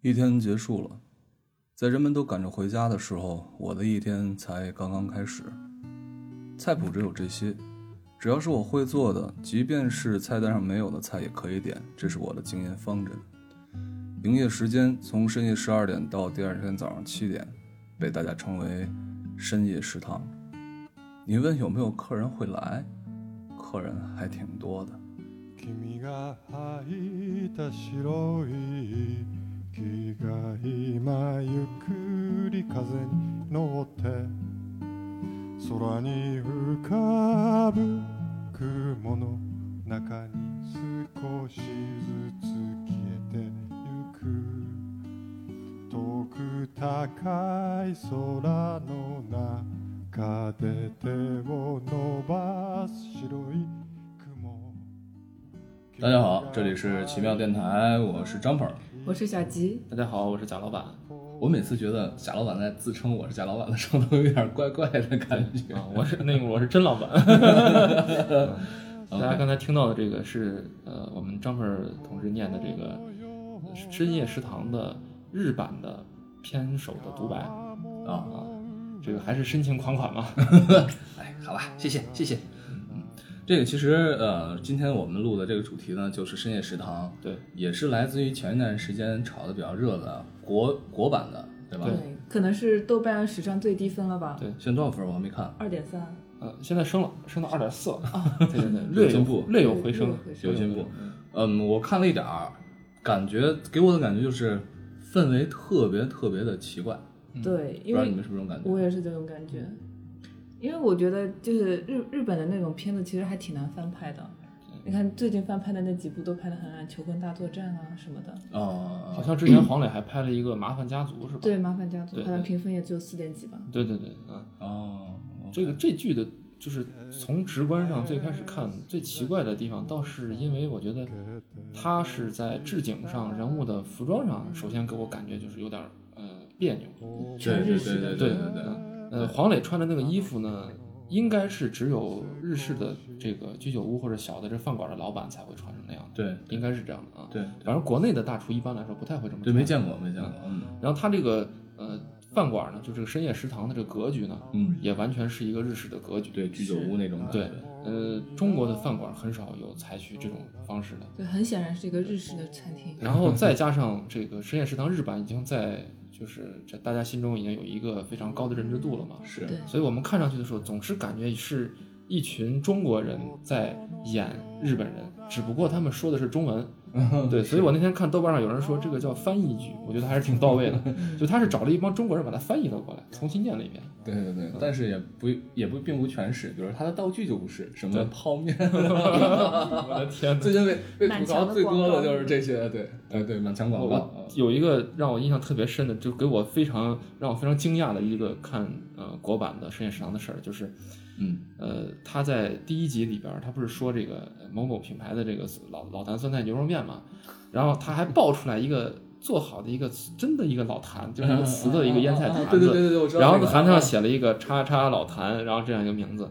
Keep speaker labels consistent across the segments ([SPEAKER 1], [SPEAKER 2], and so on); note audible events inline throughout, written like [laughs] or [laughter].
[SPEAKER 1] 一天结束了，在人们都赶着回家的时候，我的一天才刚刚开始。菜谱只有这些，只要是我会做的，即便是菜单上没有的菜也可以点，这是我的经验方针。营业时间从深夜十二点到第二天早上七点，被大家称为“深夜食堂”。你问有没有客人会来，客人还挺多的。
[SPEAKER 2] 君が履いた白い木が今ゆっくり風に乗って空に浮かぶ雲の中に少しずつ消えてゆく遠く高い空の中で手を伸ばす白い雲
[SPEAKER 3] 大家好，这里是奇妙电台，我是张鹏。
[SPEAKER 4] 我是小吉，
[SPEAKER 5] 大家好，我是贾老板。
[SPEAKER 3] 我每次觉得贾老板在自称我是贾老板的时候，都有点怪怪的感觉。
[SPEAKER 5] 啊，我是那个我是甄
[SPEAKER 3] [laughs]
[SPEAKER 5] 老板。 [laughs]
[SPEAKER 3] 嗯
[SPEAKER 5] 大家刚才听到的这个是呃，我们张鹏同志念的这个呃深夜食堂的日版的片首的独白啊
[SPEAKER 3] 啊，
[SPEAKER 5] 啊，这个还是深情款
[SPEAKER 3] [laughs]
[SPEAKER 5] 款嘛。
[SPEAKER 3] 哎，好吧，谢谢谢谢。嗯，这个其实呃，今天我们录的这个主题呢，就是深夜食堂，
[SPEAKER 5] 对，
[SPEAKER 3] 也是来自于前一段时间炒的比较热的国国版的，对吧？
[SPEAKER 4] 对，可能是豆瓣史上最低分了吧？
[SPEAKER 5] 对
[SPEAKER 3] 现在多少分我还没看，
[SPEAKER 4] 二点三，
[SPEAKER 5] 呃，现在升了，升到二点四了啊， [laughs] 对对对，略
[SPEAKER 3] 进步
[SPEAKER 5] 有略有回升，
[SPEAKER 3] 有进步
[SPEAKER 5] 对。
[SPEAKER 3] 嗯，我看了一点儿，感觉给我的感觉就是氛围特别特别的奇怪，嗯
[SPEAKER 4] 对，
[SPEAKER 3] 不知
[SPEAKER 4] 因
[SPEAKER 3] 道你
[SPEAKER 4] 为
[SPEAKER 3] 们是不是这种感觉？
[SPEAKER 4] 我也是这种感觉，因为我觉得就是日日本的那种片子其实还挺难翻拍的。
[SPEAKER 3] 嗯
[SPEAKER 4] 你看最近翻拍的那几部都拍的很烂，《求婚大作战》啊什么的。
[SPEAKER 3] 哦，
[SPEAKER 5] 好像之前黄磊还拍了一个《麻烦家族》是吧？
[SPEAKER 4] 对，《麻烦家族
[SPEAKER 5] 对》
[SPEAKER 4] 好像
[SPEAKER 5] 对
[SPEAKER 4] 评分也只有四点几吧。
[SPEAKER 5] 对对对，啊，
[SPEAKER 3] 哦，
[SPEAKER 5] 这个这剧的，就是从直观上最开始看最奇怪的地方，倒是因为我觉得它是在置景上、人物的服装上，首先给我感觉就是有点儿呃别扭。
[SPEAKER 3] 对对对对对对对，
[SPEAKER 5] 呃，黄磊穿的那个衣服呢，应该是只有日式的这个居酒屋或者小的这饭馆的老板才会穿成那样的，
[SPEAKER 3] 对
[SPEAKER 5] 应该是这样的啊。
[SPEAKER 3] 对
[SPEAKER 5] 反正国内的大厨一般来说不太会这么穿。
[SPEAKER 3] 对，没见过没见过，嗯
[SPEAKER 5] 然后它这个呃饭馆呢，就这个深夜食堂的这个格局呢，
[SPEAKER 3] 嗯，
[SPEAKER 5] 也完全是一个日式的格局。
[SPEAKER 3] 对，居酒屋那种感
[SPEAKER 5] 对
[SPEAKER 3] 觉，，
[SPEAKER 5] 呃，中国的饭馆很少有采取这种方式的。
[SPEAKER 4] 对，很显然是一个日式的餐厅。
[SPEAKER 5] 然后再加上这个深夜食堂，日版已经在就是在大家心中已经有一个非常高的认知度了嘛，
[SPEAKER 3] 是
[SPEAKER 4] 对，
[SPEAKER 5] 所以我们看上去的时候，总是感觉是一群中国人在演日本人，只不过他们说的是中文。对，所以我那天看豆瓣上有人说这个叫翻译剧，我觉得还是挺到位的，就他是找了一帮中国人把它翻译了过来，重新念了一遍。
[SPEAKER 3] 对对对，但是也不也不并不全是，比如它的道具就不是什么
[SPEAKER 5] 对
[SPEAKER 3] 泡 [laughs] 面，
[SPEAKER 5] 我的天
[SPEAKER 3] 最近被被
[SPEAKER 4] 满
[SPEAKER 3] 吐
[SPEAKER 4] 墙
[SPEAKER 3] 槽
[SPEAKER 4] 的
[SPEAKER 3] 最
[SPEAKER 4] 广
[SPEAKER 3] 多的
[SPEAKER 4] 告
[SPEAKER 3] 就是这些，对，哎对，满墙广
[SPEAKER 5] 我
[SPEAKER 3] 告，
[SPEAKER 5] 我
[SPEAKER 3] 啊
[SPEAKER 5] 有一个让我印象特别深的，就给我非常让我非常惊讶的一个看呃国版的深夜食堂的事儿，就是
[SPEAKER 3] 嗯
[SPEAKER 5] 呃他在第一集里边儿，他不是说这个呃某某品牌的这个老老坛酸菜牛肉面嘛，然后他还爆出来一个做好的一个真的一个老坛，就是一
[SPEAKER 3] 嗯
[SPEAKER 5] 个瓷的一个腌菜坛
[SPEAKER 3] 啊对对
[SPEAKER 5] 子
[SPEAKER 3] 对，对对，我知道
[SPEAKER 5] 然
[SPEAKER 3] 那
[SPEAKER 5] 后
[SPEAKER 3] 个，啊
[SPEAKER 5] 坛子上写了一个叉叉老坛，然后这样一个名字，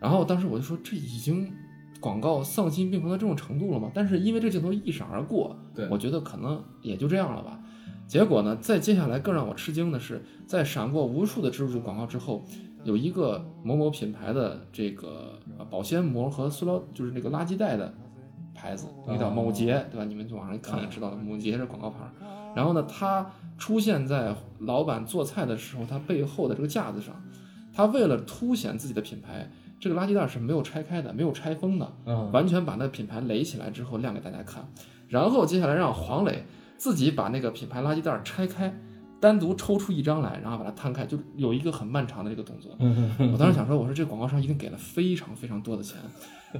[SPEAKER 5] 然后当时我就说这已经广告丧心病狂到这种程度了吗？但是因为这镜头一闪而过，
[SPEAKER 3] 对
[SPEAKER 5] 我觉得可能也就这样了吧。结果呢，在接下来更让我吃惊的是，在闪过无数的植入性广告之后，有一个某某品牌的这个呃保鲜膜和塑料，就是那个垃圾袋的牌子，那
[SPEAKER 3] 哦
[SPEAKER 5] 叫某洁，对吧？你们就网上一看就知道了，某洁是广告牌儿。然后呢，它出现在老板做菜的时候，它背后的这个架子上，它为了凸显自己的品牌，这个垃圾袋是没有拆开的，没有拆封的，
[SPEAKER 3] 嗯，
[SPEAKER 5] 完全把那个品牌垒起来之后亮给大家看，然后接下来让黄磊自己把那个品牌垃圾袋儿拆开，单独抽出一张来，然后把它摊开，就有一个很漫长的这个动作。
[SPEAKER 3] 嗯
[SPEAKER 5] 我当时想说，我说这广告商一定给了非常非常多的钱。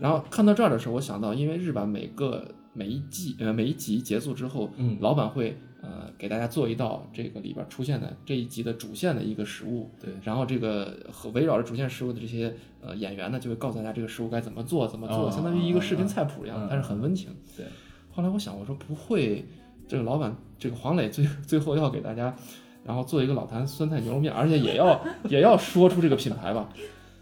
[SPEAKER 5] 然后看到这儿的时候，我想到，因为日版每个每一季呃每一集结束之后，
[SPEAKER 3] 嗯
[SPEAKER 5] 老板会呃给大家做一道这个里边儿出现的这一集的主线的一个食物，
[SPEAKER 3] 对
[SPEAKER 5] 然后这个和围绕着主线食物的这些呃演员呢，就会告诉大家这个食物该怎么做，怎么做，
[SPEAKER 3] 啊
[SPEAKER 5] 相当于一个视频菜谱一样，
[SPEAKER 3] 啊啊
[SPEAKER 5] 但是很温情。
[SPEAKER 3] 对，
[SPEAKER 5] 后来我想，我说不会，这个老板这个黄磊最 [laughs] 最后要给大家，然后做一个老坛酸菜牛肉面，而且也要也要说出这个品牌吧。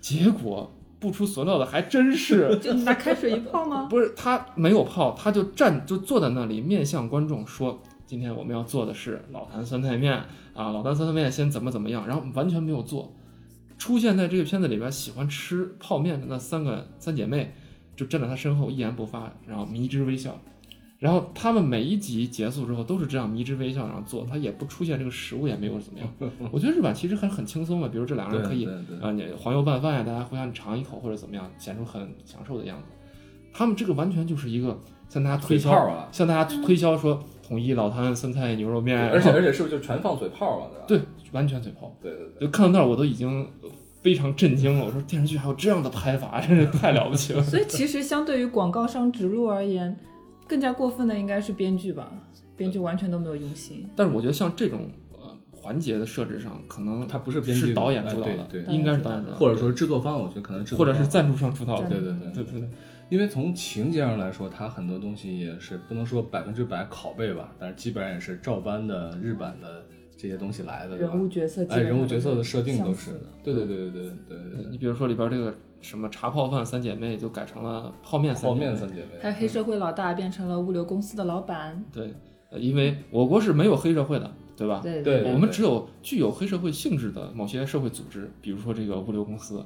[SPEAKER 5] 结果不出所料的，还真
[SPEAKER 3] 哦
[SPEAKER 5] 是
[SPEAKER 4] 就拿开水一泡吗？
[SPEAKER 5] 不是他没有泡，他就站就坐在那里面向观众说今天我们要做的是老坛酸菜面啊，老坛酸菜面先怎么怎么样，然后完全没有做。出现在这个片子里边喜欢吃泡面的那三个三姐妹，就站在他身后一言不发，然后迷之微笑。然后他们每一集结束之后都是这样迷之微笑，然后做，他也不出现这个食物也没有怎么样。我觉得日版其实还很轻松嘛，比如这两个
[SPEAKER 3] 对
[SPEAKER 5] 人可以
[SPEAKER 3] 对对
[SPEAKER 5] 啊，你黄油拌饭呀，大家互相尝一口或者怎么样，显出很享受的样子。他们这个完全就是一个向大家推销
[SPEAKER 3] 嘴炮啊
[SPEAKER 5] 向大家推销说统一老坛酸菜牛肉面，
[SPEAKER 3] 而且
[SPEAKER 5] 然后
[SPEAKER 3] 而且是不是就全放嘴炮了？对吧？
[SPEAKER 5] 对完全嘴炮，
[SPEAKER 3] 哎对对对，
[SPEAKER 5] 就看到那儿我都已经非常震惊了。我说电视剧还有这样的拍法，真是太了不起了。 [laughs]
[SPEAKER 4] 所以其实相对于广告商植入而言，更加过分的应该是编剧吧，编剧完全都没有用心。
[SPEAKER 5] 但是我觉得像这种呃环节的设置上，可能
[SPEAKER 3] 它不是编剧
[SPEAKER 5] 是导演主导
[SPEAKER 3] 哎
[SPEAKER 5] 的，
[SPEAKER 3] 对
[SPEAKER 4] 对
[SPEAKER 5] 应该是导演主导的，
[SPEAKER 3] 或者说制作方，我觉得可能制作
[SPEAKER 5] 或者
[SPEAKER 3] 方
[SPEAKER 5] 是赞助商主导的，
[SPEAKER 4] 赞助
[SPEAKER 3] 哦对对对
[SPEAKER 5] 对对对。
[SPEAKER 3] 因为从情节上来说，它很多东西也是不能说百分之百拷贝吧，但是基本上也是照搬的日版的这些东西来的，对吧
[SPEAKER 4] 人？物角色基
[SPEAKER 3] 哎，
[SPEAKER 4] 本上
[SPEAKER 3] 人
[SPEAKER 4] 都
[SPEAKER 3] 物
[SPEAKER 4] 是
[SPEAKER 3] 角色的设定都
[SPEAKER 4] 相
[SPEAKER 3] 是
[SPEAKER 4] 似的，嗯
[SPEAKER 3] 对对对对对对对
[SPEAKER 5] 你比如说里边这个什么茶泡饭三姐妹就改成了泡面
[SPEAKER 3] 对，泡
[SPEAKER 5] 三姐妹
[SPEAKER 3] 面三姐
[SPEAKER 4] 还
[SPEAKER 3] 妹，
[SPEAKER 4] 有黑社会老大变成了物流公司的老板，
[SPEAKER 5] 对，呃因为我国是没有黑社会的，对吧？
[SPEAKER 4] 对
[SPEAKER 3] 啊对
[SPEAKER 5] 我们只有具有黑社会性质的某些社会组织，比如说这个物流公司，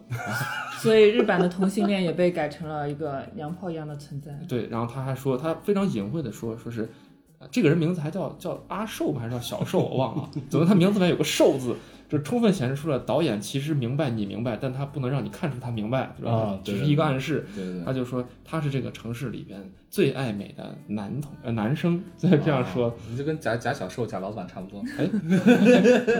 [SPEAKER 4] 所以日版的同性恋也被改成了一个娘炮一样的
[SPEAKER 3] [laughs]
[SPEAKER 4] 存在。
[SPEAKER 5] 对。然后他还说，他非常隐晦的说，说是呃这个人名字还叫叫阿寿吗还是叫小寿，我忘了。总之他名字里面有个寿字，就充分显示出了导演其实明白你明白，但他不能让你看出他明白，对吧？
[SPEAKER 3] 啊对
[SPEAKER 5] 只是一个暗示。
[SPEAKER 3] 对对
[SPEAKER 5] 他
[SPEAKER 3] 对，
[SPEAKER 5] 就说他是这个城市里边最爱美的男同呃男生，
[SPEAKER 3] 啊
[SPEAKER 5] 就 [laughs] 这样说。
[SPEAKER 3] 你就跟贾贾小兽、贾老板差不
[SPEAKER 5] [laughs]
[SPEAKER 3] 多。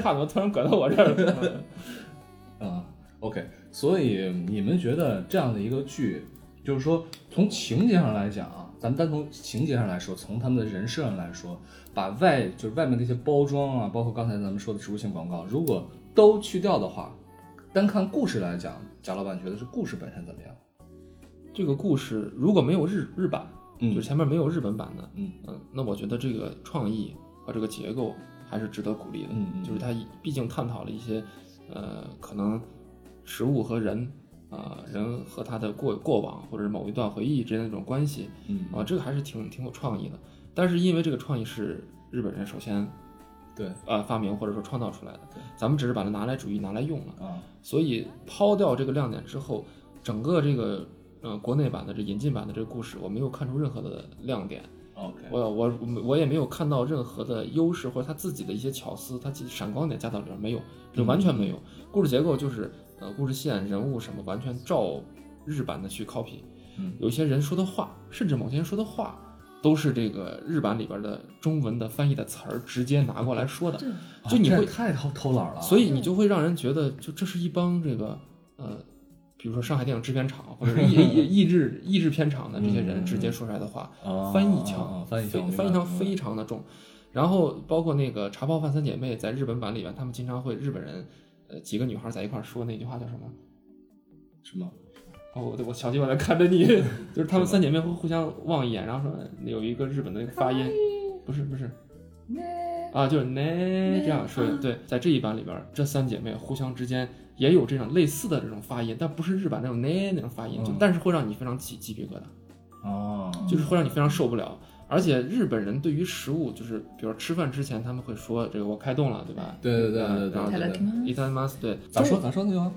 [SPEAKER 5] 话怎么突然拐到我这儿了？
[SPEAKER 3] 啊、o k 所以你们觉得这样的一个剧，就是说从情节上来讲啊，咱们单从情节上来说，从他们的人设上来说，把外就是外面那些包装啊，包括刚才咱们说的植入性广告，如果都去掉的话，单看故事来讲，贾老板觉得是故事本身怎么样？
[SPEAKER 5] 这个故事如果没有日日版，
[SPEAKER 3] 嗯
[SPEAKER 5] 就前面没有日本版的，
[SPEAKER 3] 嗯
[SPEAKER 5] 那我觉得这个创意和这个结构还是值得鼓励的。
[SPEAKER 3] 嗯嗯
[SPEAKER 5] 就是它毕竟探讨了一些，呃，可能食物和人。啊、人和他的过过往或者是某一段回忆之间的这种关系，
[SPEAKER 3] 嗯
[SPEAKER 5] 啊、这个还是挺挺有创意的。但是因为这个创意是日本人首先
[SPEAKER 3] 对
[SPEAKER 5] 呃发明或者说创造出来的
[SPEAKER 3] 对，
[SPEAKER 5] 咱们只是把它拿来主义拿来用了。
[SPEAKER 3] 啊，
[SPEAKER 5] 所以抛掉这个亮点之后，整个这个呃国内版的这引进版的这个故事，我没有看出任何的亮点，
[SPEAKER 3] OK，
[SPEAKER 5] 我我我也没有看到任何的优势或者他自己的一些巧思，他自己闪光点加到里边没有，就完全没有。故事结构就是呃故事线、人物什么完全照日版的去 copy，
[SPEAKER 3] 嗯
[SPEAKER 5] 有一些人说的话，甚至某些人说的话。都是这个日版里边的中文的翻译的词儿直接拿过来说的，就你
[SPEAKER 3] 啊这
[SPEAKER 5] 会
[SPEAKER 3] 太偷偷懒了，啊
[SPEAKER 5] 所以你就会让人觉得，就这是一帮这个呃，比如说上海电影制片厂或者是译译
[SPEAKER 3] [laughs]
[SPEAKER 5] 译制译制片厂的这些人直接说出来的话，
[SPEAKER 3] 嗯啊
[SPEAKER 5] 翻译
[SPEAKER 3] 啊
[SPEAKER 5] 腔
[SPEAKER 3] 啊，翻译腔，
[SPEAKER 5] 非翻译腔非
[SPEAKER 3] 常
[SPEAKER 5] 常的重。然后包括那个茶泡饭三姐妹在日本版里边，他们经常会日本人呃几个女孩在一块儿说那句话叫什么？
[SPEAKER 3] 什么？
[SPEAKER 5] 哦，我我小鸡我在看着你， [laughs] 就是她们三姐妹会互相望一眼，然后说呃有一个日本的那个发音，不是不是，啊，就是呢这样说。对，在这一版里边儿，这三姐妹互相之间也有这种类似的这种发音，但不是日版那种呢那种发音，就
[SPEAKER 3] 嗯
[SPEAKER 5] 但是会让你非常起鸡皮疙瘩，
[SPEAKER 3] 哦，
[SPEAKER 5] 就是会让你非常受不了。而且日本人对于食物，就是比如说吃饭之前，他们会说这个我开动了，对吧？
[SPEAKER 3] 对对对对对
[SPEAKER 5] 然后
[SPEAKER 4] い
[SPEAKER 5] 这
[SPEAKER 4] た
[SPEAKER 5] 个
[SPEAKER 4] だきます
[SPEAKER 5] 伊丹马斯对，
[SPEAKER 3] 咋说咋说那句话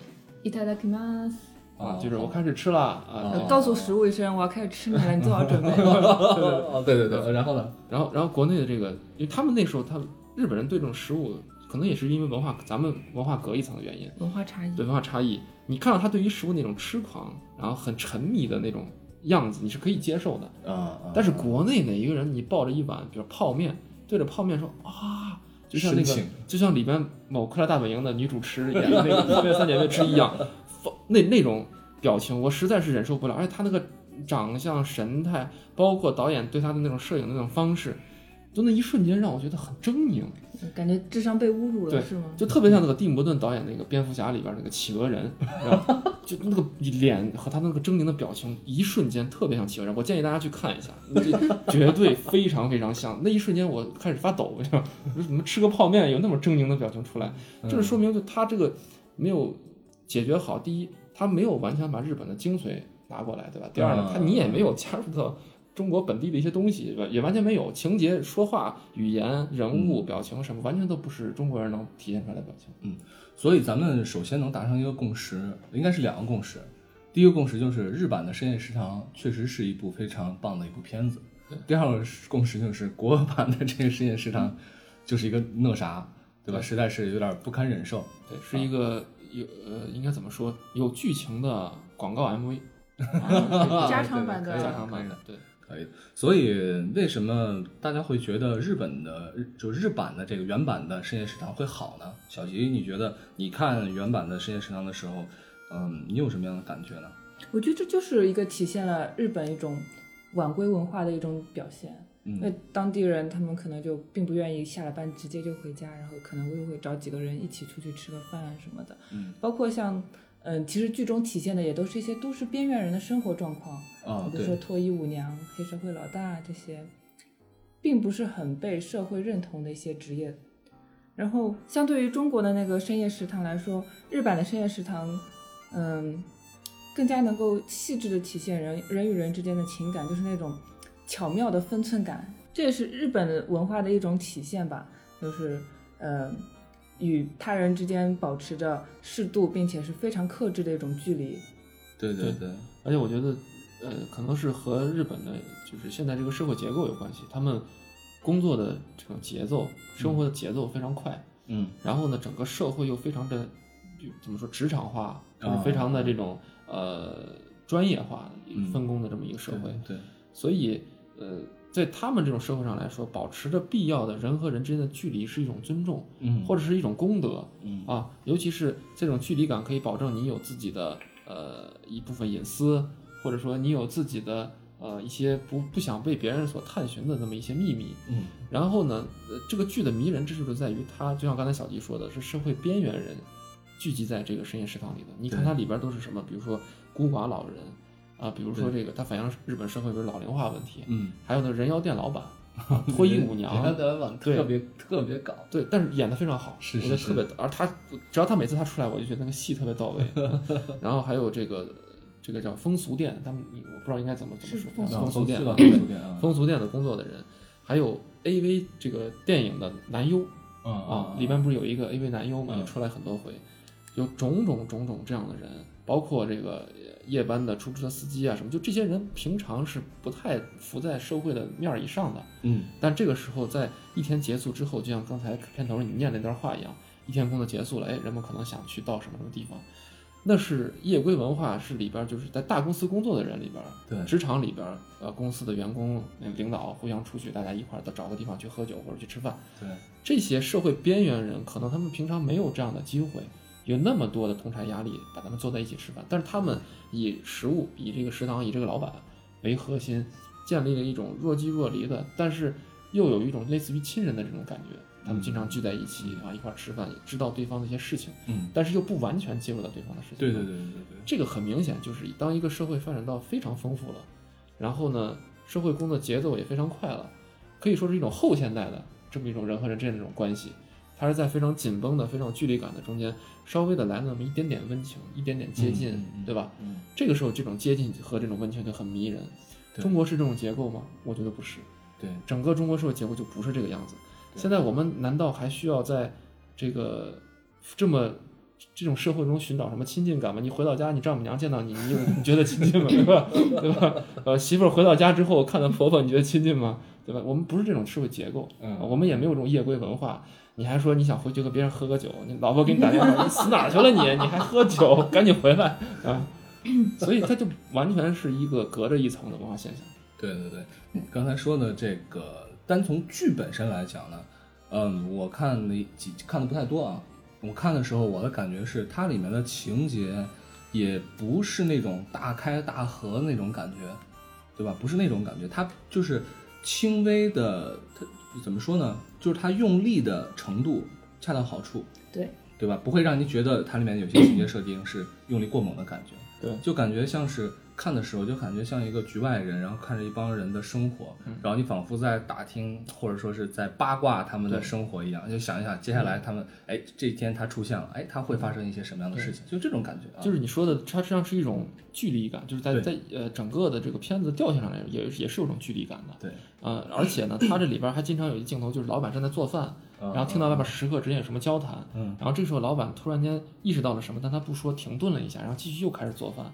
[SPEAKER 4] いただきます。
[SPEAKER 5] 啊，就
[SPEAKER 3] [laughs]
[SPEAKER 5] 是我开始吃了啊
[SPEAKER 3] 哦。
[SPEAKER 4] 呃告诉食物一声，我要开始吃你了，你做好
[SPEAKER 3] [laughs]
[SPEAKER 4] 准备。
[SPEAKER 3] 哦，对对对，然后呢？
[SPEAKER 5] 然后，然后国内的这个，因为他们那时候，他们日本人对这种食物，可能也是因为文化，咱们文化隔一层的原因，
[SPEAKER 4] 文化差异，
[SPEAKER 5] 对文化差异，你看到他对于食物那种痴狂，然后很沉迷的那种样子，你是可以接受的。
[SPEAKER 3] 啊，
[SPEAKER 5] 但是国内哪一个人，你抱着一碗，比如泡面，对着泡面说啊，就像那
[SPEAKER 3] 深
[SPEAKER 5] 个
[SPEAKER 3] 情，
[SPEAKER 5] 就像里边某《快乐大本营》的女主持演的那个泡面三姐妹之一一样，放那那种表情，我实在是忍受不了。而且她那个长相、神态，包括导演对她的那种摄影的那种方式，就那一瞬间让我觉得很狰狞。
[SPEAKER 4] 感觉智商被侮辱
[SPEAKER 5] 对
[SPEAKER 4] 了，
[SPEAKER 3] [laughs]
[SPEAKER 4] 是吗？
[SPEAKER 5] 就特别像那个蒂姆·伯顿导演那个《蝙蝠侠》里边那个企鹅人，是吧就那个脸和他那个狰狞的表情，一瞬间特别像企鹅人。我建议大家去看一下，这绝对非常非常像。那一瞬间我开始发抖，我想我说怎么吃个泡面有那么狰狞的表情出来？
[SPEAKER 3] 嗯
[SPEAKER 5] 这是说明就他这个没有解决好，第一，他没有完全把日本的精髓拿过来，对吧？第二呢，
[SPEAKER 3] 嗯
[SPEAKER 5] 他你也没有加入到中国本地的一些东西，也完全没有情节、说话、语言、人物、表情什么，完全都不是中国人能体现出来的表情。
[SPEAKER 3] 所以咱们首先能达成一个共识，应该是两个共识。第一个共识就是日版的《深夜食堂》确实是一部非常棒的一部片子。第二个共识就是国版的这个《深夜食堂》就是一个那啥，对吧？实在是有点不堪忍受。
[SPEAKER 5] 对，是一个有呃，应该怎么说？有剧情的广告 MV，
[SPEAKER 4] 哦加长版
[SPEAKER 3] 对
[SPEAKER 5] 加
[SPEAKER 4] 的，
[SPEAKER 5] 长版的
[SPEAKER 3] 可，
[SPEAKER 5] 对，
[SPEAKER 3] 可以。所以为什么大家会觉得日本的日就日版的这个原版的《深夜食堂》会好呢？小吉，你觉得你看原版的《深夜食堂》的时候，嗯，你有什么样的感觉呢？
[SPEAKER 4] 我觉得这就是一个体现了日本一种晚归文化的一种表现。那
[SPEAKER 3] 嗯
[SPEAKER 4] 当地人他们可能就并不愿意下了班直接就回家，然后可能又会找几个人一起出去吃个饭啊什么的。
[SPEAKER 3] 嗯
[SPEAKER 4] 包括像，嗯、其实剧中体现的也都是一些都市边缘人的生活状况，
[SPEAKER 3] 啊，
[SPEAKER 4] 比如说
[SPEAKER 3] 对，
[SPEAKER 4] 脱衣舞娘、黑社会老大这些，并不是很被社会认同的一些职业。然后，相对于中国的那个深夜食堂来说，日版的深夜食堂，嗯，更加能够细致的体现人人与人之间的情感，就是那种巧妙的分寸感，这也是日本文化的一种体现吧。就是，呃，与他人之间保持着适度并且是非常克制的一种距离。
[SPEAKER 3] 对对
[SPEAKER 5] 对
[SPEAKER 3] 对，
[SPEAKER 5] 而且我觉得，呃，可能是和日本的就是现在这个社会结构有关系，他们工作的这种节奏、生活的节奏非常快，
[SPEAKER 3] 嗯
[SPEAKER 5] 然后呢，整个社会又非常的，就怎么说职场化，就
[SPEAKER 3] 啊
[SPEAKER 5] 是非常的这种、呃专业化
[SPEAKER 3] 嗯
[SPEAKER 5] 分工的这么一个社会，
[SPEAKER 3] 对对
[SPEAKER 5] 所以呃，在他们这种社会上来说，保持着必要的人和人之间的距离是一种尊重，
[SPEAKER 3] 嗯
[SPEAKER 5] 或者是一种功德
[SPEAKER 3] 嗯
[SPEAKER 5] 啊，尤其是这种距离感可以保证你有自己的呃一部分隐私，或者说你有自己的呃一些不不想被别人所探寻的那么一些秘密，
[SPEAKER 3] 嗯
[SPEAKER 5] 然后呢，呃，这个剧的迷人之处就在于它，就像刚才小吉说的，是社会边缘人聚集在这个深夜食堂里的。你看
[SPEAKER 3] 对
[SPEAKER 5] 它里边都是什么？比如说孤寡老人啊，比如说
[SPEAKER 3] 对
[SPEAKER 5] 这个，它反映日本社会比如老龄化问题，
[SPEAKER 3] 嗯，
[SPEAKER 5] 还有呢人妖店老板、啊脱衣舞
[SPEAKER 3] [laughs] 他
[SPEAKER 5] 娘，
[SPEAKER 3] 的网
[SPEAKER 5] 对
[SPEAKER 3] 特别特别搞，
[SPEAKER 5] 对，但是演的非常好，
[SPEAKER 3] 是是
[SPEAKER 5] 我觉得
[SPEAKER 3] 是
[SPEAKER 5] 特别，而他只要他每次他出来，我就觉得那个戏特别到位。 [laughs] 然后还有这个这个叫风俗店，他们你我不知道应该怎么怎么
[SPEAKER 4] 是
[SPEAKER 5] 说，
[SPEAKER 4] 风
[SPEAKER 5] 叫风
[SPEAKER 3] 俗
[SPEAKER 5] 俗店，
[SPEAKER 3] 吧，
[SPEAKER 5] 对
[SPEAKER 3] 风俗店啊，
[SPEAKER 5] 风俗店的工作的人，还有 AV 这个电影的男优
[SPEAKER 3] 嗯
[SPEAKER 5] 啊，里边不是有一个 AV 男优嘛，
[SPEAKER 3] 嗯
[SPEAKER 5] 也出来很多回，有种种种种这样的人，包括这个呃夜班的出租车司机啊什么，就这些人平常是不太浮在社会的面儿以上的，
[SPEAKER 3] 嗯
[SPEAKER 5] 但这个时候在一天结束之后，就像刚才片头你念那段话一样，一天工作结束了，哎，人们可能想去到什么什么地方。那是夜归文化，是里边儿就是在大公司工作的人里边儿，
[SPEAKER 3] 对
[SPEAKER 5] 职场里边儿，呃，公司的员工、呃领导互相出去，大家一块儿到找个地方去喝酒或者去吃饭。
[SPEAKER 3] 对
[SPEAKER 5] 这些社会边缘人，可能他们平常没有这样的机会，有那么多的同产压力把他们坐在一起吃饭，但是他们以食物、以这个食堂、以这个老板为核心，建立了一种若即若离的，但是又有一种类似于亲人的这种感觉。
[SPEAKER 3] 嗯
[SPEAKER 5] 他们经常聚在一起啊，一块儿吃饭，也知道对方的一些事情，
[SPEAKER 3] 嗯
[SPEAKER 5] 但是又不完全介入到对方的事情。
[SPEAKER 3] 对对对对对
[SPEAKER 5] 这个很明显就是当一个社会发展到非常丰富了，然后呢，社会工作节奏也非常快了，可以说是一种后现代的这么一种人和人之间的这种关系，它是在非常紧绷的、非常距离感的中间，稍微的来那么一点点温情，一点点接近，
[SPEAKER 3] 嗯嗯嗯
[SPEAKER 5] 对吧？
[SPEAKER 3] 嗯
[SPEAKER 5] 这个时候这种接近和这种温情就很迷人。
[SPEAKER 3] 对
[SPEAKER 5] 中国是这种结构吗？我觉得不是。
[SPEAKER 3] 对，
[SPEAKER 5] 整个中国社会结构就不是这个样子。
[SPEAKER 3] 对
[SPEAKER 5] 现在我们难道还需要在这个这么这种社会中寻找什么亲近感吗？你回到家，你丈母娘见到你，你有你觉得亲近吗？对吧？对吧？呃，媳妇儿回到家之后看到婆婆，你觉得亲近吗？对吧？我们不是这种社会结构，
[SPEAKER 3] 嗯
[SPEAKER 5] 我们也没有这种夜归文化。你还说你想回去和别人喝个酒，你老婆给你打电话，你死哪儿去了你？你还喝酒，赶紧回来啊！所以它就完全是一个隔着一层的文化现象。
[SPEAKER 3] 对对对，你刚才说的这个，单从剧本身来讲呢，嗯，我看了几看的不太多啊。我看的时候，我的感觉是它里面的情节也不是那种大开大合那种感觉，对吧？不是那种感觉，它就是轻微的，它怎么说呢？就是它用力的程度恰到好处，
[SPEAKER 4] 对，
[SPEAKER 3] 对吧？不会让你觉得它里面有些情节设定是用力过猛的感觉，
[SPEAKER 5] 对
[SPEAKER 3] 就感觉像是看的时候，就感觉像一个局外人，然后看着一帮人的生活，然后你仿佛在打听或者说是在八卦他们的生活一样，就想一想接下来他们，哎，这一天他出现了，哎，他会发生一些什么样的事情，就这种感觉啊。
[SPEAKER 5] 就是你说的，它实际上是一种距离感，就是在
[SPEAKER 3] 对
[SPEAKER 5] 在呃整个的这个片子调性上来说，也也是有种距离感的。
[SPEAKER 3] 对，
[SPEAKER 5] 呃，而且呢，它这里边还经常有一镜头，就是老板正在做饭，
[SPEAKER 3] 嗯
[SPEAKER 5] 然后听到外边食客之间有什么交谈，
[SPEAKER 3] 嗯，
[SPEAKER 5] 然后这时候老板突然间意识到了什么，但他不说，停顿了一下，然后继续又开始做饭，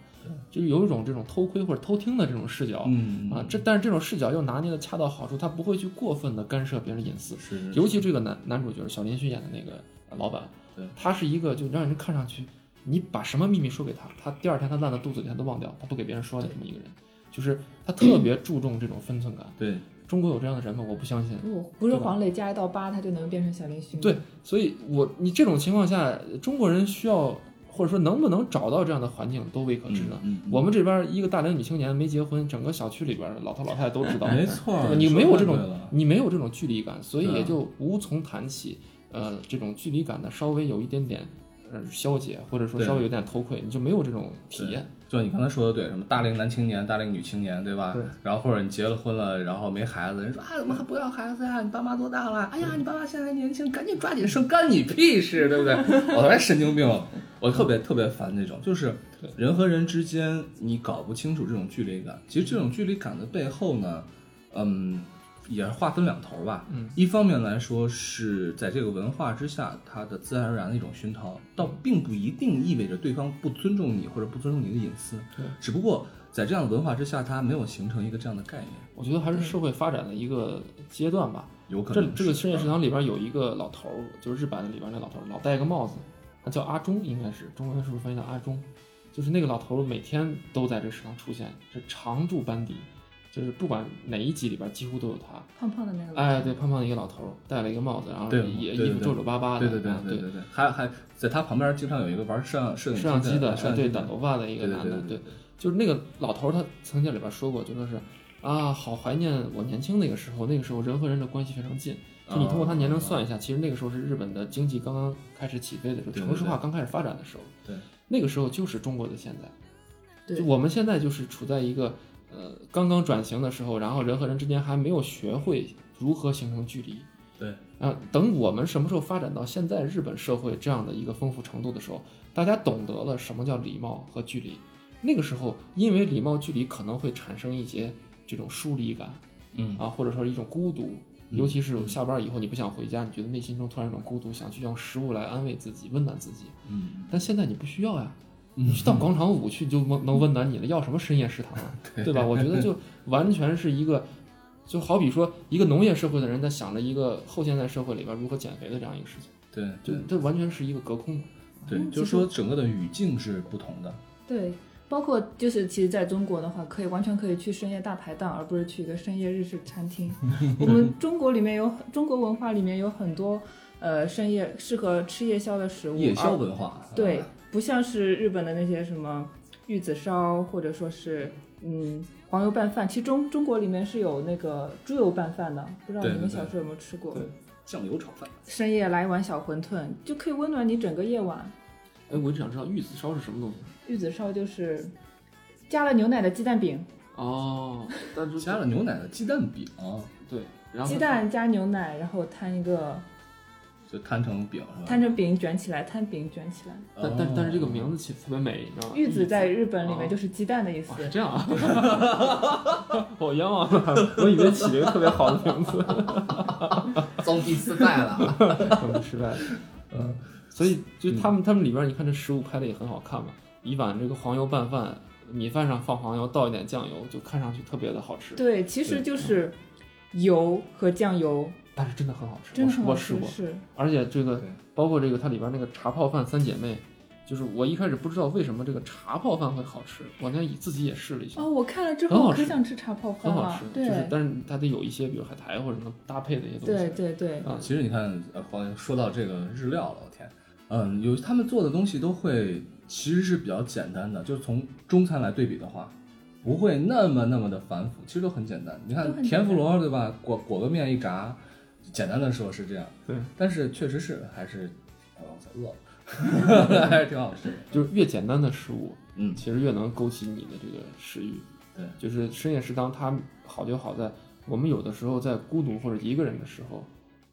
[SPEAKER 5] 就是有一种这种偷窥或者偷听的这种视角。
[SPEAKER 3] 嗯
[SPEAKER 5] 啊，这但是这种视角又拿捏的恰到好处，他不会去过分的干涉别人隐私，
[SPEAKER 3] 是是
[SPEAKER 5] 尤其这个男男主角小林旭演的那个呃老板
[SPEAKER 3] 嗯对，
[SPEAKER 5] 他是一个就让人看上去，你把什么秘密说给他，他第二天他烂在肚子里他都忘掉，他不给别人说的这么一个人，就是他特别注重这种分寸感。
[SPEAKER 3] 对，
[SPEAKER 5] 中国有这样的人吗？我不相
[SPEAKER 3] 嗯
[SPEAKER 5] 信。
[SPEAKER 4] 不不是
[SPEAKER 5] 对吧
[SPEAKER 4] 黄磊加一到八，他就能变成小林勋。
[SPEAKER 5] 对，所以我你这种情况下，中国人需要或者说能不能找到这样的环境都未可知呢？
[SPEAKER 3] 嗯
[SPEAKER 5] 我们这边一个大龄女青年没结婚，整个小区里边老头老太太都知道，
[SPEAKER 3] 哎没错
[SPEAKER 5] 对吧
[SPEAKER 3] 儿，
[SPEAKER 5] 你没有这
[SPEAKER 3] 说太
[SPEAKER 5] 种
[SPEAKER 3] 对了
[SPEAKER 5] 你没有这种距离感，所以
[SPEAKER 3] 对啊
[SPEAKER 5] 也就无从谈起。呃，这种距离感呢，稍微有一点点呃消解，或者说
[SPEAKER 3] 对
[SPEAKER 5] 稍微有点偷窥，你就没有这种体验。
[SPEAKER 3] 就你刚才说的对，什么大龄男青年、大龄女青年，对吧？
[SPEAKER 5] 对
[SPEAKER 3] 然后或者你结了婚了，然后没孩子，人说啊，怎么还不要孩子呀？你爸妈多大了？哎呀，你爸妈现在还年轻，赶紧抓紧生，干你屁事，对不 [laughs] 对？我才神经病，我特别特别烦这种，就是人和人之间你搞不清楚这种距离感。其实这种距离感的背后呢，嗯，也是划分两头吧。
[SPEAKER 5] 嗯，
[SPEAKER 3] 一方面来说是在这个文化之下，它的自然而然的一种熏陶，倒并不一定意味着对方不尊重你或者不尊重你的隐私。
[SPEAKER 5] 对，
[SPEAKER 3] 只不过在这样的文化之下，它没有形成一个这样的概念，
[SPEAKER 5] 我觉得还是社会发展的一个阶段吧。
[SPEAKER 3] 有可
[SPEAKER 5] 这
[SPEAKER 3] 能
[SPEAKER 5] 这个
[SPEAKER 3] 是
[SPEAKER 5] 深夜食堂里边有一个老头儿，就是日版的里边那老头儿，老戴个帽子，他叫阿忠，应该是中文是不是翻译叫阿忠？就是那个老头儿每天都在这食堂出现，是常驻班底，就是不管哪一集里边几乎都有他。
[SPEAKER 4] 胖胖的那个。
[SPEAKER 5] 哎，对，胖胖的一个老头儿，戴了一个帽子，然后
[SPEAKER 3] 对
[SPEAKER 5] 也
[SPEAKER 3] 对
[SPEAKER 5] 衣服
[SPEAKER 3] 对
[SPEAKER 5] 皱皱巴巴
[SPEAKER 3] 对
[SPEAKER 5] 的，
[SPEAKER 3] 对对
[SPEAKER 5] 啊
[SPEAKER 3] 对对对，还还在他旁边经常有一个玩摄像摄影
[SPEAKER 5] 摄像机的，
[SPEAKER 3] 摄
[SPEAKER 5] 哎
[SPEAKER 3] 像
[SPEAKER 5] 对，
[SPEAKER 3] 机
[SPEAKER 5] 短头发的一个
[SPEAKER 3] 对对
[SPEAKER 5] 男的，
[SPEAKER 3] 对对
[SPEAKER 5] 对，就是那个老头儿，他曾经里边说过，就说是啊，好怀念我年轻那个时候，那个时候人和人的关系非常近。就你通
[SPEAKER 3] 哦
[SPEAKER 5] 过他年龄算一下，其实那个时候是日本的经济刚刚开始起飞的时候，
[SPEAKER 3] 对对
[SPEAKER 5] 城市化刚开始发展的时候，
[SPEAKER 3] 对，
[SPEAKER 5] 那个时候就是中国的现在。
[SPEAKER 4] 对
[SPEAKER 5] 就我们现在就是处在一个呃刚刚转型的时候，然后人和人之间还没有学会如何形成距离。
[SPEAKER 3] 对
[SPEAKER 5] 啊，等我们什么时候发展到现在日本社会这样的一个丰富程度的时候，大家懂得了什么叫礼貌和距离。那个时候，因为礼貌距离可能会产生一些这种疏离感
[SPEAKER 3] 嗯
[SPEAKER 5] 啊，或者说一种孤独，尤其是下班以后你不想回家，你觉得内心中突然有种孤独，想去用食物来安慰自己、温暖自己。
[SPEAKER 3] 嗯，
[SPEAKER 5] 但现在你不需要呀，你去到广场舞去就能能温暖你了，要什么深夜食堂啊，
[SPEAKER 3] 嗯
[SPEAKER 5] 对吧？我觉得就完全是一个，就好比说一个农业社会的人在想着一个后现代社会里边如何减肥的这样一个事情，
[SPEAKER 3] 对
[SPEAKER 5] 就嗯这完全是一个隔空的。
[SPEAKER 3] 对，就是说整个的语境是不同的，
[SPEAKER 4] 对，包括就是其实在中国的话，可以完全可以去深夜大排档，而不是去一个深夜日式
[SPEAKER 3] [laughs]
[SPEAKER 4] 餐厅。我们中国里面有中国文化里面有很多呃深夜适合吃夜宵的食物，
[SPEAKER 3] 夜宵
[SPEAKER 4] 而
[SPEAKER 3] 文化，
[SPEAKER 4] 对，不像是日本的那些什么玉子烧，或者说是嗯黄油拌饭。其实中中国里面是有那个猪油拌饭的，不知道
[SPEAKER 3] 对
[SPEAKER 4] 你们
[SPEAKER 3] 对对
[SPEAKER 4] 小时候有没有吃过？
[SPEAKER 5] 对
[SPEAKER 3] 酱油炒饭，
[SPEAKER 4] 深夜来一碗小馄饨，就可以温暖你整个夜晚。
[SPEAKER 5] 哎，我就想知道玉子烧是什么东西？
[SPEAKER 4] 玉子烧就是加了牛奶的鸡蛋饼，
[SPEAKER 5] 哦，但是
[SPEAKER 3] 加了牛奶的鸡蛋饼，
[SPEAKER 5] 对，然后
[SPEAKER 4] 鸡蛋加牛奶，然后摊一个
[SPEAKER 3] 就摊成饼
[SPEAKER 5] 嗯
[SPEAKER 3] 是吧？哦
[SPEAKER 4] 摊成饼卷起来，摊饼卷起来。
[SPEAKER 5] 但但但是
[SPEAKER 3] [laughs]
[SPEAKER 5] 这个名字起特别美，你知道吗？
[SPEAKER 4] 玉子在日本里面
[SPEAKER 5] 哦
[SPEAKER 4] 就是鸡蛋的意思
[SPEAKER 5] 啊，。是这样啊！ [laughs] 我冤枉了，我以为起了一个特别好的名字。
[SPEAKER 3] 装逼自带了，
[SPEAKER 5] 很失败的。 [laughs] 嗯，所以就他们他们里边，你看这食物拍的也很好看嘛，一碗这个黄油拌饭，米饭上放黄油，倒一点酱油，就看上去特别的好吃。
[SPEAKER 4] 对，其实
[SPEAKER 5] 嗯
[SPEAKER 4] 就是油和酱油，
[SPEAKER 5] 但是真的很好吃，
[SPEAKER 4] 真的很
[SPEAKER 5] 我
[SPEAKER 4] 好
[SPEAKER 5] 试
[SPEAKER 4] 吃
[SPEAKER 5] 我。试过，
[SPEAKER 4] 是
[SPEAKER 5] 而且这个
[SPEAKER 3] 对
[SPEAKER 5] 包括这个它里边那个茶泡饭三姐妹。就是我一开始不知道为什么这个茶泡饭会好吃，我那自己也试了一下，
[SPEAKER 4] 哦，我看了之
[SPEAKER 5] 很
[SPEAKER 4] 后
[SPEAKER 5] 好
[SPEAKER 4] 我可
[SPEAKER 5] 吃
[SPEAKER 4] 想吃茶泡饭
[SPEAKER 5] 很好
[SPEAKER 4] 了
[SPEAKER 5] 吃。。
[SPEAKER 4] 对、
[SPEAKER 5] 就是但是它得有一些比如海苔或者什么搭配的一些东西。
[SPEAKER 4] 对对对，
[SPEAKER 5] 啊，
[SPEAKER 3] 其实你看，呃，好像说到这个日料了，我天，嗯，有他们做的东西都会，其实是比较简单的，就是从中餐来对比的话，不会那么那么的繁复，其实都很简单。你
[SPEAKER 4] 都
[SPEAKER 3] 看
[SPEAKER 4] 很简单
[SPEAKER 3] 田妇罗对吧？裹裹个面一炸，简单的说是这样，
[SPEAKER 5] 对，
[SPEAKER 3] 但是呃确
[SPEAKER 5] [laughs]
[SPEAKER 3] [laughs] 实是还是，哎我操，饿了，还是挺好吃的。
[SPEAKER 5] 就是越简单的食物，
[SPEAKER 3] 嗯
[SPEAKER 5] 其实越能勾起你的这个食欲。
[SPEAKER 3] 对
[SPEAKER 5] 就是深夜食堂，它好就好在我们有的时候在孤独或者一个人的时候，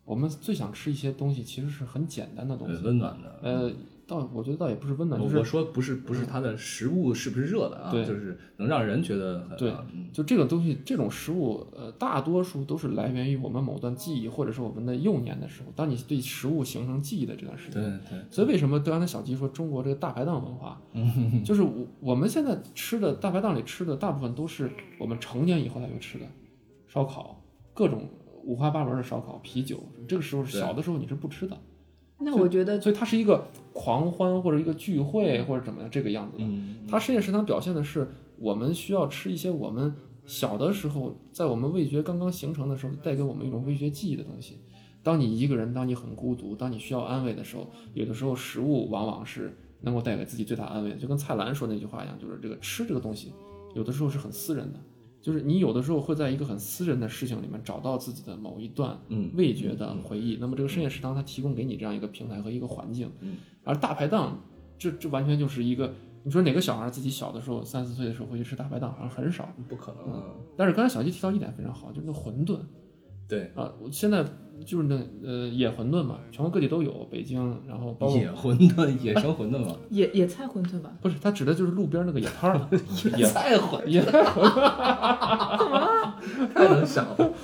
[SPEAKER 5] 我们最想吃一些东西，其实是很简单的东
[SPEAKER 3] 对
[SPEAKER 5] 西。
[SPEAKER 3] 温暖的。
[SPEAKER 5] 呃，倒我觉得倒也不是温暖，
[SPEAKER 3] 我
[SPEAKER 5] 就
[SPEAKER 3] 我
[SPEAKER 5] 是
[SPEAKER 3] 说不是不是它的食物是不是热的啊，
[SPEAKER 5] 对
[SPEAKER 3] 就是能让人觉得很
[SPEAKER 5] 对
[SPEAKER 3] 嗯
[SPEAKER 5] 就这个东西，这种食物，呃，大多数都是来源于我们某段记忆，或者是我们的幼年的时候，当你对食物形成记忆的这段时
[SPEAKER 3] 对
[SPEAKER 5] 间。
[SPEAKER 3] 对，
[SPEAKER 5] 所以为什么刚才小鸡说中国这个大排档文化，
[SPEAKER 3] 嗯
[SPEAKER 5] 就是我我们现在吃的大排档里吃的大部分都是我们成年以后才会吃的，烧烤，各种五花八门的烧烤、啤酒，这个时候
[SPEAKER 3] 对
[SPEAKER 5] 小的时候你是不吃的，
[SPEAKER 4] 那我觉得
[SPEAKER 5] 所以它是一个狂欢或者一个聚会或者怎么样这个样子的。
[SPEAKER 3] 嗯，
[SPEAKER 5] 它深夜食堂表现的是我们需要吃一些我们小的时候，在我们味觉刚刚形成的时候，带给我们一种味觉记忆的东西。当你一个人，当你很孤独，当你需要安慰的时候，有的时候食物往往是能够带给自己最大安慰的。就跟蔡澜说那句话一样，就是这个吃这个东西，有的时候是很私人的，就是你有的时候会在一个很私人的事情里面找到自己的某一段
[SPEAKER 3] 嗯
[SPEAKER 5] 味觉的回忆。那么这个深夜食堂它提供给你这样一个平台和一个环境，而大排档这这完全就是一个，你说哪个小孩自己小的时候三四岁的时候会去吃大排档，好像很少。
[SPEAKER 3] 不可能啊，
[SPEAKER 5] 但是刚才小鸡提到一点非常好，就是那馄饨
[SPEAKER 3] 对，
[SPEAKER 5] 啊，我现在就是那呃野馄饨嘛，全国各地都有，北京，然后包括
[SPEAKER 3] 野馄饨、野生馄饨嘛，
[SPEAKER 4] 野野菜馄饨吧，
[SPEAKER 5] 不是，它指的就是路边那个野摊 [laughs] 儿， [laughs] 野
[SPEAKER 3] 太混，
[SPEAKER 5] 野
[SPEAKER 3] 太能想
[SPEAKER 5] [laughs]
[SPEAKER 3] 了，